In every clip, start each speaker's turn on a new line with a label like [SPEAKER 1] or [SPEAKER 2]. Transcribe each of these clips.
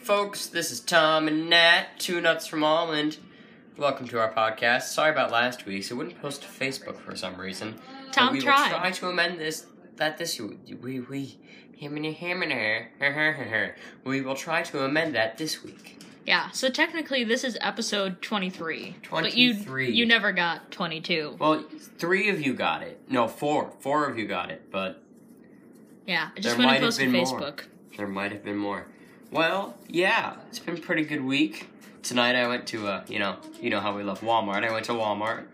[SPEAKER 1] folks. This is Tom and Nat, two nuts from Almond. Welcome to our podcast. Sorry about last week's; it wouldn't post to Facebook for some reason. but
[SPEAKER 2] Tom
[SPEAKER 1] we
[SPEAKER 2] tried.
[SPEAKER 1] Will try to amend this. That this you we we him and him and her. We will try to amend that this week.
[SPEAKER 2] Yeah, so technically this is episode 23. But you
[SPEAKER 1] 23.
[SPEAKER 2] you never got 22.
[SPEAKER 1] Well, three of you got it. No, four. Four of you got it, but
[SPEAKER 2] Yeah, I just
[SPEAKER 1] There might
[SPEAKER 2] went
[SPEAKER 1] have
[SPEAKER 2] and posted
[SPEAKER 1] been
[SPEAKER 2] Facebook.
[SPEAKER 1] more. there might have been more. Well, yeah, it's been a pretty good week. Tonight I went to uh, you know, you know how we love Walmart. I went to Walmart.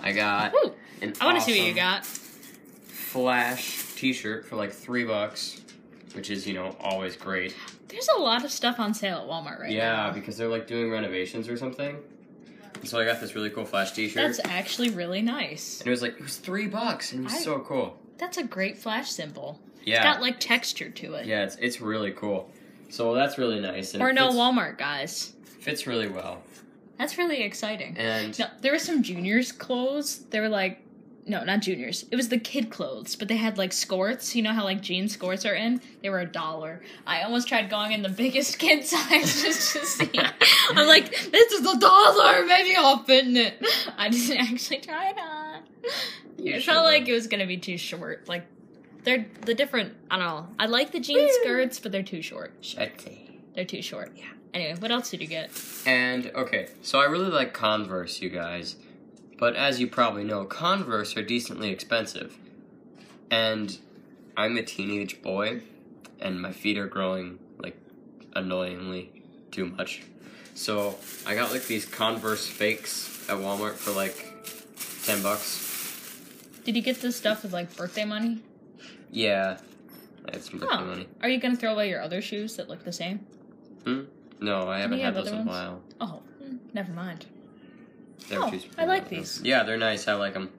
[SPEAKER 1] I got
[SPEAKER 2] Woo!
[SPEAKER 1] an
[SPEAKER 2] I want to see what you
[SPEAKER 1] awesome
[SPEAKER 2] got.
[SPEAKER 1] Flash T-shirt for like three bucks, which is you know always great.
[SPEAKER 2] There's a lot of stuff on sale at Walmart right now.
[SPEAKER 1] Yeah, because they're like doing renovations or something. So I got this really cool Flash T-shirt.
[SPEAKER 2] That's actually really nice.
[SPEAKER 1] and it was like it was three bucks, and it was
[SPEAKER 2] I-
[SPEAKER 1] so cool.
[SPEAKER 2] That's a great flash symbol.
[SPEAKER 1] Yeah,
[SPEAKER 2] It's got like texture to it.
[SPEAKER 1] yeah, it's it's really cool. So that's really nice. And
[SPEAKER 2] Or
[SPEAKER 1] it
[SPEAKER 2] no
[SPEAKER 1] fits-
[SPEAKER 2] Walmart guys.
[SPEAKER 1] fits really well.
[SPEAKER 2] That's really exciting.
[SPEAKER 1] And
[SPEAKER 2] No, there were some juniors clothes. They were like, no, not juniors. It was the kid clothes, but they had like skorts. You know how like jean skorts are in? They were a dollar. I almost tried going in the biggest kid size just to see. I'm like, this is a dollar. Maybe I'll fit in it. I didn't actually try it on.
[SPEAKER 1] You
[SPEAKER 2] it
[SPEAKER 1] should
[SPEAKER 2] felt like
[SPEAKER 1] have.
[SPEAKER 2] it was gonna be too short. Like. They're the different. I don't know. I like the jean skirts, but they're too short.
[SPEAKER 1] Shitty.
[SPEAKER 2] They're too short. Yeah. Anyway, what else did you get?
[SPEAKER 1] And okay, so I really like Converse, you guys. But as you probably know, Converse are decently expensive. And I'm a teenage boy, and my feet are growing like annoyingly too much. So I got like these Converse fakes at Walmart for like 10 bucks.
[SPEAKER 2] Did you get this stuff with like birthday money?
[SPEAKER 1] Yeah. I had some birthday
[SPEAKER 2] Huh.
[SPEAKER 1] money. Hmm?
[SPEAKER 2] Are you gonna throw away your other shoes that look the same?
[SPEAKER 1] No, I haven't
[SPEAKER 2] you
[SPEAKER 1] had
[SPEAKER 2] have
[SPEAKER 1] those in
[SPEAKER 2] other
[SPEAKER 1] a
[SPEAKER 2] ones?
[SPEAKER 1] while.
[SPEAKER 2] Oh, mm, never mind.
[SPEAKER 1] They were
[SPEAKER 2] Oh,
[SPEAKER 1] too
[SPEAKER 2] I like
[SPEAKER 1] small.
[SPEAKER 2] these.
[SPEAKER 1] Yeah, they're nice. I like them.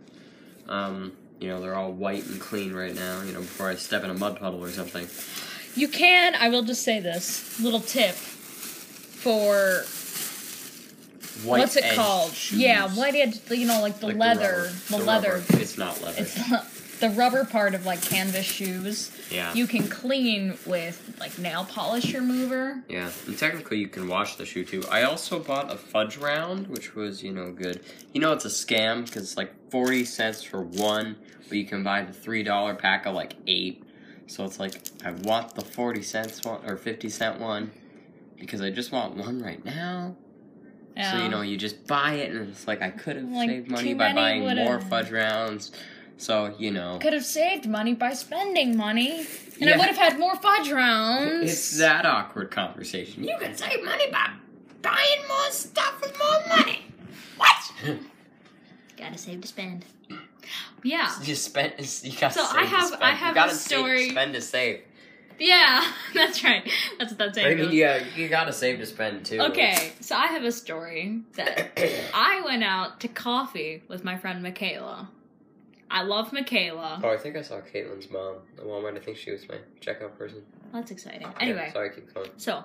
[SPEAKER 1] Um, you know, they're all white and clean right now. You know, before I step in a mud puddle or something.
[SPEAKER 2] You can. I will just say this little tip for
[SPEAKER 1] White
[SPEAKER 2] what's it
[SPEAKER 1] edged
[SPEAKER 2] called?
[SPEAKER 1] shoes.
[SPEAKER 2] Yeah, white edge. You know, like the
[SPEAKER 1] Like
[SPEAKER 2] leather,
[SPEAKER 1] rubber.
[SPEAKER 2] the,
[SPEAKER 1] The
[SPEAKER 2] leather.
[SPEAKER 1] rubber. It's not leather.
[SPEAKER 2] It's not, the rubber part of like canvas shoes.
[SPEAKER 1] yeah.
[SPEAKER 2] You can clean with like nail polish remover.
[SPEAKER 1] yeah, and technically you can wash the shoe too. I also bought a fudge round, which was you know good. You know it's a scam because it's like forty cents for one, but you can buy the three dollar pack of like eight. So it's like I want the forty cents one or fifty cent one because I just want one right now. So
[SPEAKER 2] Um,
[SPEAKER 1] you know, you just buy it, and it's like I could have
[SPEAKER 2] Like,
[SPEAKER 1] saved money
[SPEAKER 2] too
[SPEAKER 1] by
[SPEAKER 2] many
[SPEAKER 1] buying
[SPEAKER 2] would've-
[SPEAKER 1] more fudge rounds. So you know,
[SPEAKER 2] could have saved money by spending money, and
[SPEAKER 1] Yeah.
[SPEAKER 2] I would have had more fudge rounds.
[SPEAKER 1] it's that awkward conversation. You can save money by buying more stuff with more money. What?
[SPEAKER 2] Gotta save to spend. Yeah.
[SPEAKER 1] you spent. You got.
[SPEAKER 2] So
[SPEAKER 1] save
[SPEAKER 2] I
[SPEAKER 1] to
[SPEAKER 2] have-
[SPEAKER 1] spend.
[SPEAKER 2] I
[SPEAKER 1] you
[SPEAKER 2] have
[SPEAKER 1] gotta
[SPEAKER 2] a
[SPEAKER 1] save-
[SPEAKER 2] story-
[SPEAKER 1] spend to save.
[SPEAKER 2] Yeah, that's right. That's what that
[SPEAKER 1] I
[SPEAKER 2] saying
[SPEAKER 1] mean,
[SPEAKER 2] goes.
[SPEAKER 1] yeah, you gotta save to spend too.
[SPEAKER 2] Okay, so I have a story that I went out to coffee with my friend Michaela. I love Michaela.
[SPEAKER 1] Oh, I think I saw Caitlin's mom at Walmart. I think she was my checkout person.
[SPEAKER 2] That's exciting.
[SPEAKER 1] Yeah,
[SPEAKER 2] Anyway,
[SPEAKER 1] sorry, keep going.
[SPEAKER 2] so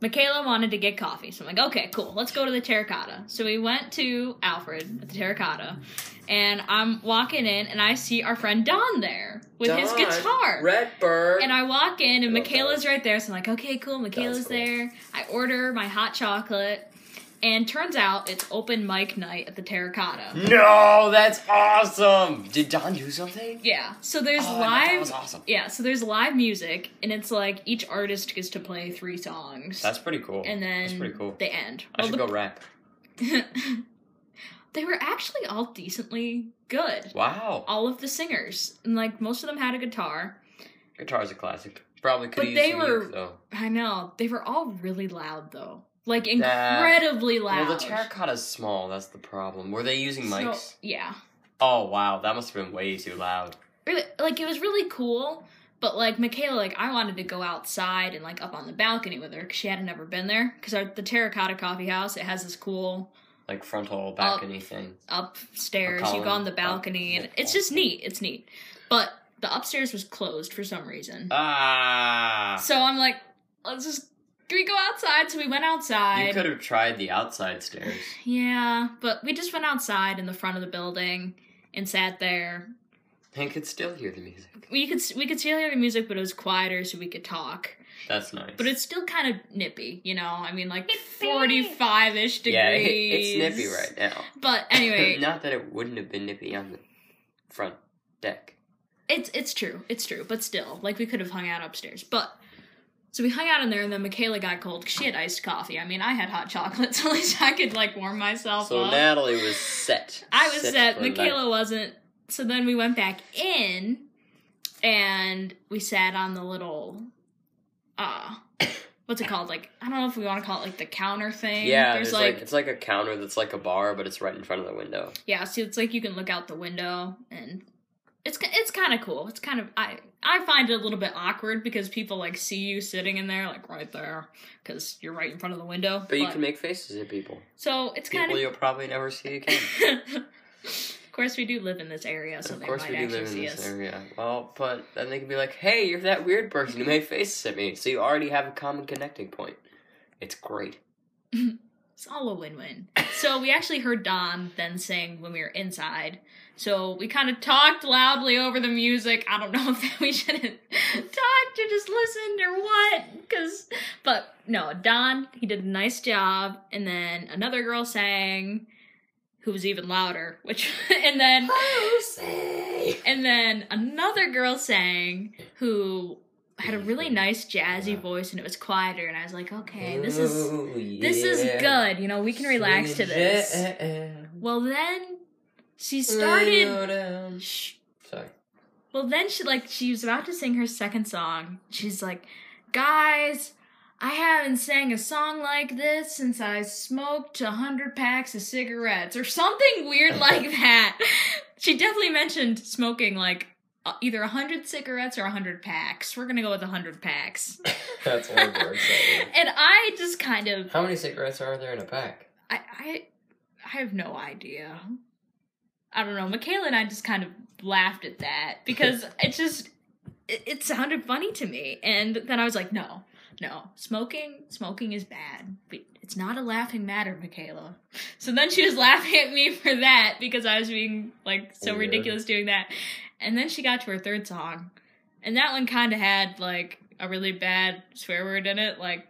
[SPEAKER 2] Michaela wanted to get coffee, so I'm like, okay, cool, let's go to the terracotta. So we went to Alfred at the terracotta, and I'm walking in and I see our friend Don there with his
[SPEAKER 1] Don
[SPEAKER 2] guitar.
[SPEAKER 1] Redbird.
[SPEAKER 2] And I walk in, and
[SPEAKER 1] Love
[SPEAKER 2] Michaela's right there. So I'm like, okay, cool. Michaela's
[SPEAKER 1] cool.
[SPEAKER 2] there. I order my hot chocolate, and turns out it's open mic night at the
[SPEAKER 1] Hmm.
[SPEAKER 2] Terracotta.
[SPEAKER 1] no, that's awesome. Did Don do something?
[SPEAKER 2] Yeah. So there's
[SPEAKER 1] Oh,
[SPEAKER 2] live.
[SPEAKER 1] That was awesome.
[SPEAKER 2] Yeah. So there's live music, and it's like each artist gets to play three songs,
[SPEAKER 1] That's pretty cool.
[SPEAKER 2] and then
[SPEAKER 1] that's pretty cool.
[SPEAKER 2] they end.
[SPEAKER 1] I should
[SPEAKER 2] Well,
[SPEAKER 1] go rap.
[SPEAKER 2] the- they were actually all decently good.
[SPEAKER 1] Wow,
[SPEAKER 2] All of the singers, and like most of them had a guitar.
[SPEAKER 1] guitar's a classic. Probably could
[SPEAKER 2] But
[SPEAKER 1] use
[SPEAKER 2] they
[SPEAKER 1] some
[SPEAKER 2] were
[SPEAKER 1] youth, though.
[SPEAKER 2] I know they were all really loud though, like
[SPEAKER 1] That-
[SPEAKER 2] incredibly loud.
[SPEAKER 1] Well, the terracotta's small. That's the problem. Were they using
[SPEAKER 2] So-
[SPEAKER 1] mics?
[SPEAKER 2] yeah.
[SPEAKER 1] Oh wow, that must have been way too loud.
[SPEAKER 2] Really, like it was really cool, but like Michaela, like I wanted to go outside and like up on the balcony with her because she hadn't ever been there. Because the Terracotta Coffee House, it has this cool
[SPEAKER 1] Like frontal
[SPEAKER 2] Oh.
[SPEAKER 1] balcony thing.
[SPEAKER 2] upstairs. You
[SPEAKER 1] column,
[SPEAKER 2] go on the
[SPEAKER 1] uh,
[SPEAKER 2] balcony, and
[SPEAKER 1] yeah.
[SPEAKER 2] it's just neat. It's neat, but the upstairs was closed for some reason.
[SPEAKER 1] Ah,
[SPEAKER 2] so I'm like, let's just can we go outside? So we went outside.
[SPEAKER 1] you could have tried the outside stairs.
[SPEAKER 2] Yeah, but we just went outside in the front of the building and sat there
[SPEAKER 1] I could still hear the music.
[SPEAKER 2] We could s- we could still hear the music, but it was quieter, so we could talk.
[SPEAKER 1] That's nice.
[SPEAKER 2] But it's still kind of nippy, you know. I mean, like
[SPEAKER 3] Nippy.
[SPEAKER 2] forty five ish degrees.
[SPEAKER 1] yeah, it, it's nippy right now.
[SPEAKER 2] But anyway,
[SPEAKER 1] Not that it wouldn't have been nippy on the front deck.
[SPEAKER 2] It's it's true. It's true. But still, like we could have hung out upstairs. But so we hung out in there, and then Michaela got cold. 'cause She had iced coffee. I mean, I had hot chocolate, so at least I could like warm myself
[SPEAKER 1] So
[SPEAKER 2] up.
[SPEAKER 1] Natalie was set.
[SPEAKER 2] Oh, I was set.
[SPEAKER 1] for life.
[SPEAKER 2] Michaela wasn't. So then we went back in, and we sat on the little, uh, what's it called? Like I don't know if we want to call it like the counter thing.
[SPEAKER 1] Yeah, there's like, it's like a counter that's like a bar, but it's right in front of the window.
[SPEAKER 2] Yeah, so it's like you can look out the window and it's ki- it's kind of cool. It's kind of I I find it a little bit awkward because people like see you sitting in there like right there cuz you're right in front of the window.
[SPEAKER 1] But you can make faces at people.
[SPEAKER 2] So it's
[SPEAKER 1] People
[SPEAKER 2] kind of
[SPEAKER 1] you'll probably never see again.
[SPEAKER 2] Of course we do live in this area so
[SPEAKER 1] of
[SPEAKER 2] they
[SPEAKER 1] course,
[SPEAKER 2] might
[SPEAKER 1] we do
[SPEAKER 2] actually
[SPEAKER 1] live in
[SPEAKER 2] see
[SPEAKER 1] this
[SPEAKER 2] us.
[SPEAKER 1] area. Well, but then they could be like, "Hey, you're that weird person who made faces at me," so you already have a common connecting point. It's great.
[SPEAKER 2] It's all a win-win. so we actually heard Don then sing when we were inside. So we kind of talked loudly over the music. I don't know if we shouldn't talk to just listen or what, because but no, Don he did a nice job, and then another girl sang, who was even louder. Which and then and then another girl sang who had a really nice jazzy voice, and it was quieter. And I was like, okay, this is this is good. You know, we can relax to this. Well, then she
[SPEAKER 1] Mm.
[SPEAKER 2] started. Shh.
[SPEAKER 1] Sorry.
[SPEAKER 2] Well, then she like she was about to sing her second song. She's like, guys. I haven't sang a song like this since I smoked a hundred packs of cigarettes or something weird like that. She definitely mentioned smoking like uh, either a hundred cigarettes or a hundred packs. We're gonna go with a hundred packs.
[SPEAKER 1] That's one word. sorry.
[SPEAKER 2] and I just kind of
[SPEAKER 1] How many cigarettes are there in a pack?
[SPEAKER 2] I, I I have no idea. I don't know. Michaela and I just kind of laughed at that because it just it, it sounded funny to me, and then I was like, no, no, smoking smoking is bad. We- It's not a laughing matter, Michaela. So then she was laughing at me for that because I was being like so
[SPEAKER 1] Weird.
[SPEAKER 2] ridiculous doing that, and then she got to her third song, and that one kind of had like a really bad swear word in it, like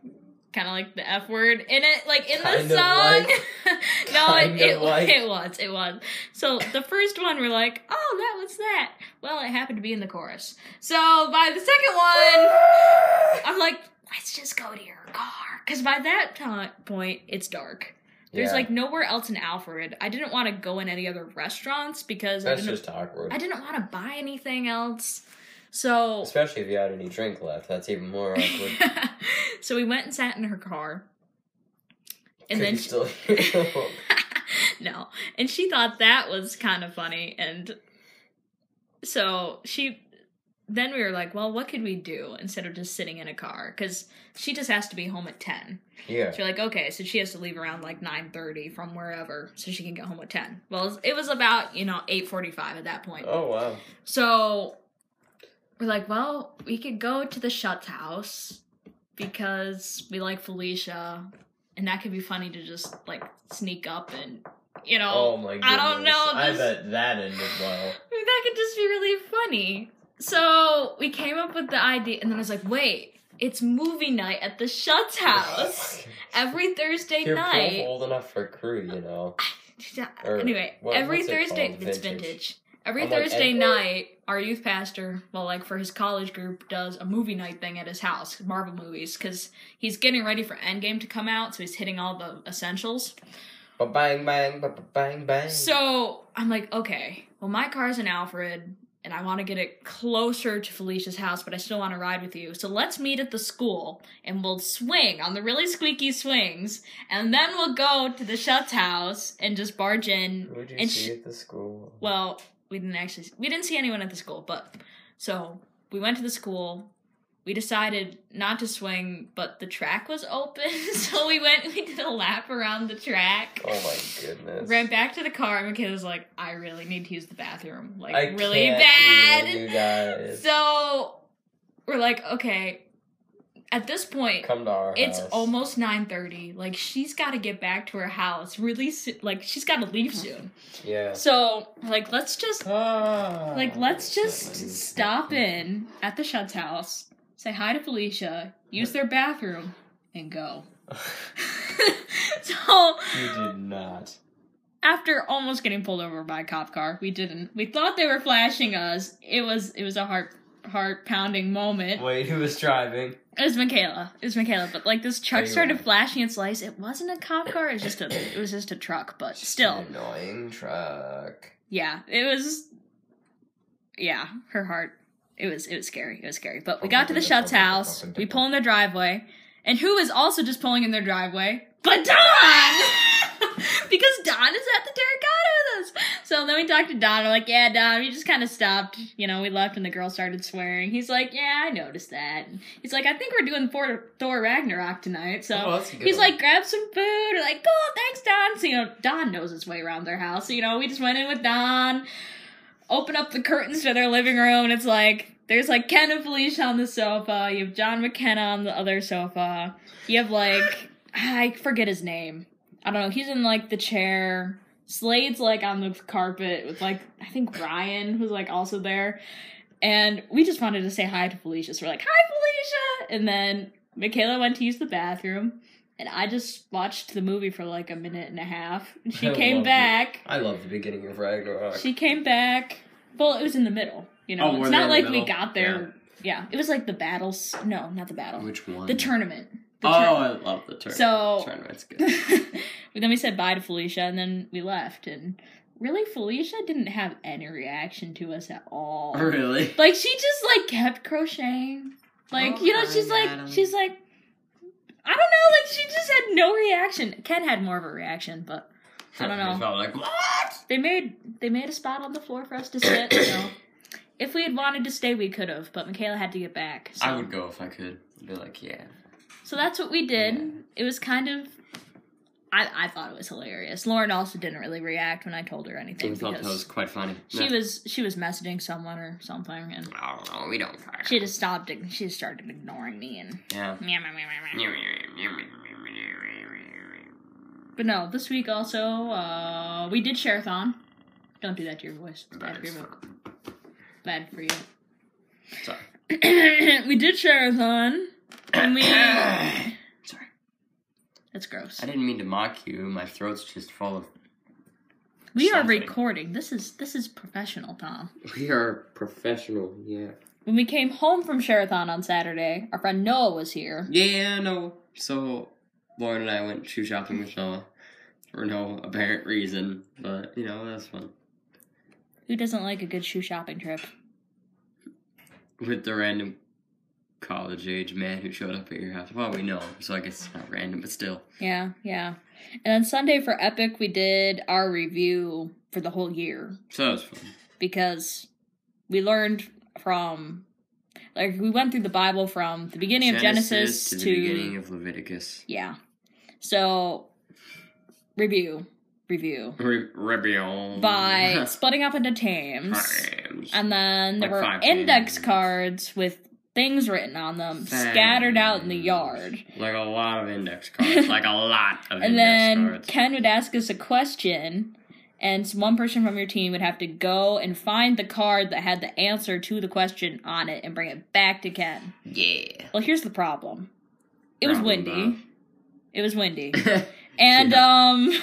[SPEAKER 2] kind of like the F word in it, like in
[SPEAKER 1] Kinda
[SPEAKER 2] the song.
[SPEAKER 1] like-
[SPEAKER 2] no, it,
[SPEAKER 1] kinda
[SPEAKER 2] it,
[SPEAKER 1] like-
[SPEAKER 2] it was, it was. So the first one, we're like, oh, that was that. Well, it happened to be in the chorus. So by the second one, I'm like, let's just go to your car. Because by that ti- point, it's dark. There's
[SPEAKER 1] Yeah,
[SPEAKER 2] like nowhere else in Alfred. I didn't want to go in any other restaurants because I
[SPEAKER 1] that's
[SPEAKER 2] didn't,
[SPEAKER 1] just awkward.
[SPEAKER 2] I didn't want to buy anything else. So
[SPEAKER 1] Especially if you had any drink left, that's even more awkward.
[SPEAKER 2] so we went and sat in her car.
[SPEAKER 1] Could
[SPEAKER 2] And
[SPEAKER 1] you
[SPEAKER 2] then she,
[SPEAKER 1] still hear the-
[SPEAKER 2] no. And she thought that was kind of funny and so she then we were like, well, what could we do instead of just sitting in a car? Because she just has to be home at ten.
[SPEAKER 1] yeah,
[SPEAKER 2] So you're like, okay, so she has to leave around like nine thirty from wherever, so she can get home at ten. Well, it was about you know eight forty five at that point.
[SPEAKER 1] Oh wow.
[SPEAKER 2] So we're like, well, we could go to the Shuts house because we like Felicia, and that could be funny to just like sneak up and you know
[SPEAKER 1] Oh, my goodness.
[SPEAKER 2] I don't know,
[SPEAKER 1] I
[SPEAKER 2] this-
[SPEAKER 1] bet that ended well.
[SPEAKER 2] I mean, that could just be really funny. So we came up with the idea, and then I was like, wait, it's movie night at the Shuts house every Thursday
[SPEAKER 1] You're both
[SPEAKER 2] night. Uh,
[SPEAKER 1] old enough for crew, you know. Or
[SPEAKER 2] anyway,
[SPEAKER 1] what-
[SPEAKER 2] every
[SPEAKER 1] what's it
[SPEAKER 2] Thursday
[SPEAKER 1] called?
[SPEAKER 2] it's
[SPEAKER 1] Vintage.
[SPEAKER 2] vintage. Every
[SPEAKER 1] I'm like,
[SPEAKER 2] Thursday
[SPEAKER 1] eh.
[SPEAKER 2] night, our youth pastor, well, like for his college group, does a movie night thing at his house, Marvel movies, because he's getting ready for Endgame to come out, so he's hitting all the essentials.
[SPEAKER 1] Ba bang bang ba ba bang bang.
[SPEAKER 2] So I'm like, okay, well, my car's in Alfred, and I want to get it closer to Felicia's house, but I still want to ride with you. So let's meet at the school, and we'll swing on the really squeaky swings, and then we'll go to the Shuts house and just barge in
[SPEAKER 1] who'd you
[SPEAKER 2] and
[SPEAKER 1] see
[SPEAKER 2] sh-
[SPEAKER 1] at the school?
[SPEAKER 2] well, we didn't actually we didn't see anyone at the school, but so we went to the school. We decided not to swing, but the track was open, so we went. We did a lap around the track.
[SPEAKER 1] Oh my goodness.
[SPEAKER 2] Ran back to the car, and Michaela was like, "I really need to use the bathroom, like
[SPEAKER 1] I
[SPEAKER 2] really
[SPEAKER 1] can't
[SPEAKER 2] bad."
[SPEAKER 1] even, You guys.
[SPEAKER 2] So we're like, okay, at this point,
[SPEAKER 1] Come to our
[SPEAKER 2] it's
[SPEAKER 1] house.
[SPEAKER 2] almost 9.30. Like, she's got to get back to her house really soon. Like, she's got to leave soon.
[SPEAKER 1] Yeah.
[SPEAKER 2] So, like, let's just,
[SPEAKER 1] Ah.
[SPEAKER 2] like, let's just stop in at the Shut's house, say hi to Felicia, use their bathroom, and go. so,
[SPEAKER 1] you did not.
[SPEAKER 2] after almost getting pulled over by a cop car, we didn't. We thought they were flashing us. It was, it was a heart, heart pounding moment.
[SPEAKER 1] Wait, who was driving?
[SPEAKER 2] It was Michaela. It was Michaela. But like this
[SPEAKER 1] Oh,
[SPEAKER 2] truck
[SPEAKER 1] you
[SPEAKER 2] started
[SPEAKER 1] right.
[SPEAKER 2] flashing its lights. It wasn't a cop car. It was just a. It was just a truck. But still,
[SPEAKER 1] An annoying truck.
[SPEAKER 2] yeah, it was. Yeah, her heart. It was. It was scary. It was scary. But we got to the
[SPEAKER 1] Pumping,
[SPEAKER 2] Shuts
[SPEAKER 1] pumping,
[SPEAKER 2] house.
[SPEAKER 1] pumping,
[SPEAKER 2] We
[SPEAKER 1] pumping.
[SPEAKER 2] pull in their driveway, and who is also just pulling in their driveway? But Don, because Don is at the Terracotta with us. So then we talked to Don. We're like, yeah, Don, we just kind of stopped. You know, we left and the girl started swearing. He's like, yeah, I noticed that. He's like, I think we're doing Thor, Thor Ragnarok tonight. So
[SPEAKER 1] Oh, that's a good
[SPEAKER 2] he's
[SPEAKER 1] one.
[SPEAKER 2] like, grab some food. We're like, cool, thanks, Don. So, you know, Don knows his way around their house. So, you know, we just went in with Don, open up the curtains to their living room, and it's like, there's like Ken and Felicia on the sofa. You have John McKenna on the other sofa. You have like, I forget his name. I don't know. He's in like the chair. Slade's like on the carpet with like I think Ryan was like also there, and we just wanted to say hi to Felicia. So we're like, "Hi, Felicia!" And then Michaela went to use the bathroom, and I just watched the movie for like a minute and a half. And she
[SPEAKER 1] I
[SPEAKER 2] came
[SPEAKER 1] love it.
[SPEAKER 2] back.
[SPEAKER 1] I love the beginning of Ragnarok.
[SPEAKER 2] She came back. Well, it was in the middle. You
[SPEAKER 1] Oh,
[SPEAKER 2] know,
[SPEAKER 1] were
[SPEAKER 2] it's
[SPEAKER 1] they
[SPEAKER 2] not
[SPEAKER 1] in the
[SPEAKER 2] like we
[SPEAKER 1] middle?
[SPEAKER 2] got there. Yeah. it was like the battles. No, not the battle.
[SPEAKER 1] Which one?
[SPEAKER 2] the tournament. The
[SPEAKER 1] Oh,
[SPEAKER 2] tournament.
[SPEAKER 1] I love the turn.
[SPEAKER 2] So-
[SPEAKER 1] tournament's good.
[SPEAKER 2] but then we said bye to Felicia, and then we left. And really, Felicia didn't have any reaction to us at all.
[SPEAKER 1] really?
[SPEAKER 2] Like she just like kept crocheting. Like you know,
[SPEAKER 1] Okay,
[SPEAKER 2] she's like
[SPEAKER 1] madam.
[SPEAKER 2] she's like, I don't know. Like she just had no reaction. Ken had more of a reaction, but I don't know.
[SPEAKER 1] He's all like what?
[SPEAKER 2] they made they made a spot on the floor for us to sit. so if we had wanted to stay, we could have. But Michaela had to get back. So,
[SPEAKER 1] I would go if I could. I'd be like, yeah.
[SPEAKER 2] so that's what we did.
[SPEAKER 1] Yeah.
[SPEAKER 2] It was kind of. I, I thought it was hilarious. Lauren also didn't really react when I told her anything
[SPEAKER 1] We thought that
[SPEAKER 2] because
[SPEAKER 1] was quite funny.
[SPEAKER 2] she
[SPEAKER 1] No.
[SPEAKER 2] was she was messaging someone or something, and
[SPEAKER 1] I don't know. We don't care.
[SPEAKER 2] she just stopped. ig- She just started ignoring me and.
[SPEAKER 1] yeah.
[SPEAKER 2] meow, meow, meow, meow, meow. But no, this week also uh, we did share a thon. Don't do that to your voice. It's
[SPEAKER 1] That
[SPEAKER 2] bad for
[SPEAKER 1] is
[SPEAKER 2] your voice.
[SPEAKER 1] fun.
[SPEAKER 2] Bad for you.
[SPEAKER 1] Sorry.
[SPEAKER 2] we did Sherathon. And we.
[SPEAKER 1] Sorry.
[SPEAKER 2] That's gross.
[SPEAKER 1] I didn't mean to mock you. My throat's just full of.
[SPEAKER 2] We are
[SPEAKER 1] something.
[SPEAKER 2] recording. This is this is professional, Tom.
[SPEAKER 1] We are professional. Yeah.
[SPEAKER 2] When we came home from Sherathon on Saturday, our friend Noah was here.
[SPEAKER 1] Yeah. No. So Lauren and I went shoe shopping with Noah for no apparent reason, but you know that's fun.
[SPEAKER 2] Who doesn't like a good shoe shopping trip?
[SPEAKER 1] with the random college age man who showed up at your house. Well, we know him, so I guess it's not random, but still.
[SPEAKER 2] Yeah, yeah. And then Sunday for Epic, we did our review for the whole year
[SPEAKER 1] So that was fun.
[SPEAKER 2] because we learned from like we went through the Bible from the beginning of Genesis,
[SPEAKER 1] to the
[SPEAKER 2] to
[SPEAKER 1] beginning of Leviticus.
[SPEAKER 2] Yeah. So review. Review.
[SPEAKER 1] Re- Rebellion.
[SPEAKER 2] By splitting up into teams.
[SPEAKER 1] Times.
[SPEAKER 2] And then there
[SPEAKER 1] Like
[SPEAKER 2] were
[SPEAKER 1] five
[SPEAKER 2] index
[SPEAKER 1] teams.
[SPEAKER 2] cards with things written on them scattered out in the
[SPEAKER 1] Times.
[SPEAKER 2] yard.
[SPEAKER 1] Like a lot of index cards. like a lot of index
[SPEAKER 2] And then
[SPEAKER 1] cards.
[SPEAKER 2] Ken would ask us a question and s- one person from your team would have to go and find the card that had the answer to the question on it and bring it back to Ken.
[SPEAKER 1] yeah.
[SPEAKER 2] Well, here's the problem. It was
[SPEAKER 1] Problem,
[SPEAKER 2] windy. It was windy.
[SPEAKER 1] Bob.
[SPEAKER 2] And
[SPEAKER 1] Yeah.
[SPEAKER 2] um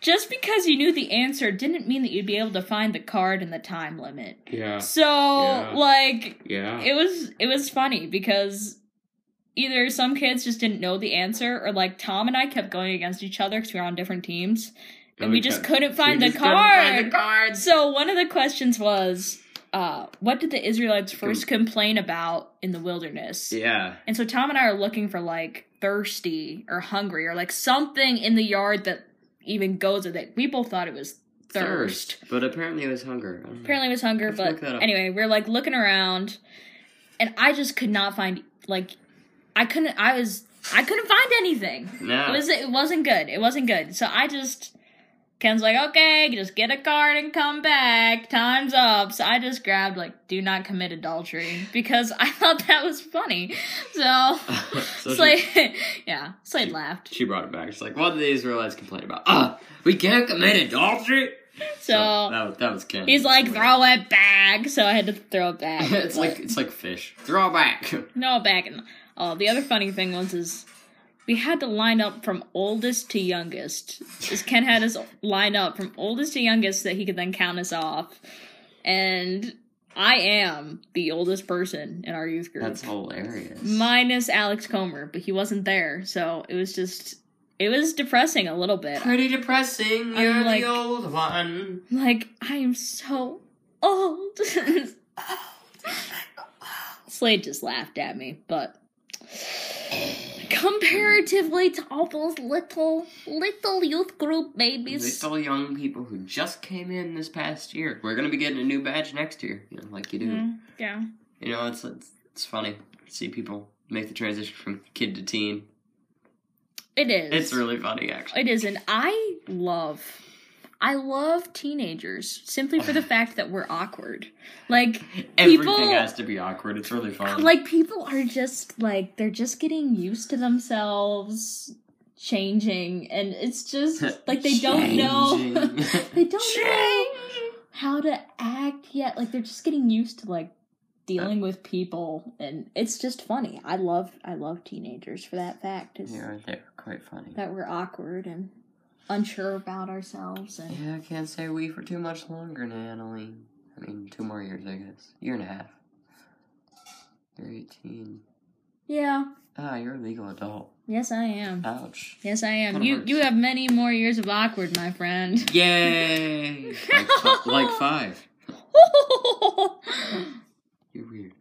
[SPEAKER 2] just because you knew the answer didn't mean that you'd be able to find the card in the time limit.
[SPEAKER 1] yeah.
[SPEAKER 2] So
[SPEAKER 1] Yeah.
[SPEAKER 2] like
[SPEAKER 1] Yeah.
[SPEAKER 2] it was it was funny because either some kids just didn't know the answer or like Tom and I kept going against each other cuz we were on different teams and we just couldn't find the card.
[SPEAKER 1] cards.
[SPEAKER 2] So one of the questions was uh, what did the Israelites first complain about in the wilderness?
[SPEAKER 1] Yeah.
[SPEAKER 2] And so Tom and I are looking for like thirsty or hungry or like something in the yard that even goes with it. We both thought it was thirst.
[SPEAKER 1] But apparently it was hunger. I don't know.
[SPEAKER 2] Apparently it was hunger,
[SPEAKER 1] Let's look
[SPEAKER 2] but
[SPEAKER 1] that up.
[SPEAKER 2] anyway, we're like looking around and I just could not find like I couldn't I was I couldn't find anything.
[SPEAKER 1] No.
[SPEAKER 2] It was it wasn't good. It wasn't good. So I just Ken's like, okay, just get a card and come back. Time's up. So I just grabbed, like, do not commit adultery because I thought that was funny. So,
[SPEAKER 1] So she-
[SPEAKER 2] Slade, yeah, Slade laughed.
[SPEAKER 1] She brought it back. She's like, "What did the Israelites complain about? Ah, we can't commit adultery."
[SPEAKER 2] So
[SPEAKER 1] that was that was Ken.
[SPEAKER 2] he's like, throw it back. So I had to throw it back.
[SPEAKER 1] it's like it's like fish. Throw back.
[SPEAKER 2] No, back and oh, the other funny thing was is we had to line up from oldest to youngest. Is Ken had us line up from oldest to youngest so that he could then count us off. And I am the oldest person in our youth group,
[SPEAKER 1] That's hilarious.
[SPEAKER 2] minus Alex Comer, but he wasn't there, so it was just it was depressing a little bit.
[SPEAKER 1] Pretty depressing.
[SPEAKER 2] I'm
[SPEAKER 1] You're
[SPEAKER 2] like-
[SPEAKER 1] the old one.
[SPEAKER 2] I'm like I am so old. Slade just laughed at me, but comparatively to all those little little youth group babies,
[SPEAKER 1] Little young people who just came in this past year. We're gonna be getting a new badge next year, you know, like you do.
[SPEAKER 2] Mm, yeah,
[SPEAKER 1] You know, it's, it's it's funny to see people make the transition from kid to teen.
[SPEAKER 2] it is.
[SPEAKER 1] It's really funny, actually.
[SPEAKER 2] it is, and I love. I love teenagers simply for the fact that we're awkward. Like
[SPEAKER 1] Everything
[SPEAKER 2] people-
[SPEAKER 1] has to be awkward. It's really fun.
[SPEAKER 2] like people are just like they're just getting used to themselves changing and it's just like they don't know
[SPEAKER 1] Changing.
[SPEAKER 2] they don't know how to act yet like they're just getting used to like dealing with people and it's just funny i love i love teenagers for that fact is
[SPEAKER 1] Yeah, they're quite funny.
[SPEAKER 2] that we're awkward and unsure about ourselves and
[SPEAKER 1] Yeah, I can't say we for too much longer, Natalie. I mean, two more years, I guess. Year and a half. You're 18.
[SPEAKER 2] yeah
[SPEAKER 1] Ah, you're a legal adult.
[SPEAKER 2] yes i am
[SPEAKER 1] Ouch.
[SPEAKER 2] yes i am
[SPEAKER 1] Kinda
[SPEAKER 2] you
[SPEAKER 1] hurts.
[SPEAKER 2] you have many more years of awkward my friend
[SPEAKER 1] Yay! like, fi- like five. You're weird.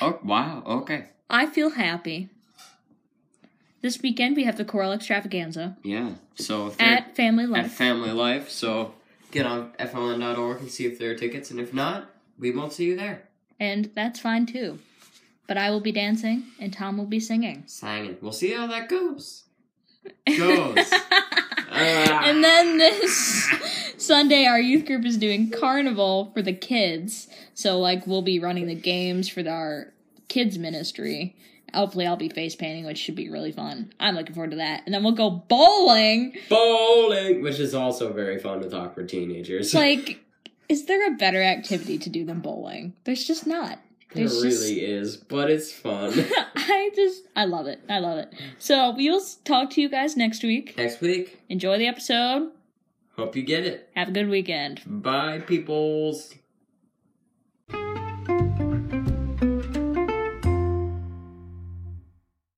[SPEAKER 1] Oh, wow. Okay.
[SPEAKER 2] I feel happy. This weekend we have the choral extravaganza
[SPEAKER 1] Yeah. So if they're
[SPEAKER 2] at Family
[SPEAKER 1] at
[SPEAKER 2] Life.
[SPEAKER 1] Family Life, so get on FLN.org and see if there are tickets, and if not, we won't see you there.
[SPEAKER 2] and that's fine too. But I will be dancing and Tom will be singing.
[SPEAKER 1] Sang it. We'll see how that goes. Goes. Ah.
[SPEAKER 2] and then this Sunday, our youth group is doing carnival for the kids. So, like, we'll be running the games for our kids' ministry. Hopefully, I'll be face painting, which should be really fun. I'm looking forward to that. And then we'll go bowling.
[SPEAKER 1] Bowling, which is also very fun with awkward teenagers.
[SPEAKER 2] Like, is there a better activity to do than bowling? There's just not.
[SPEAKER 1] it
[SPEAKER 2] There's
[SPEAKER 1] really is, but it's fun.
[SPEAKER 2] just. I just. I love it. I love it. So, we will s- talk to you guys next week.
[SPEAKER 1] Next week,
[SPEAKER 2] Enjoy the episode.
[SPEAKER 1] hope you get it.
[SPEAKER 2] Have a good weekend.
[SPEAKER 1] Bye, peoples.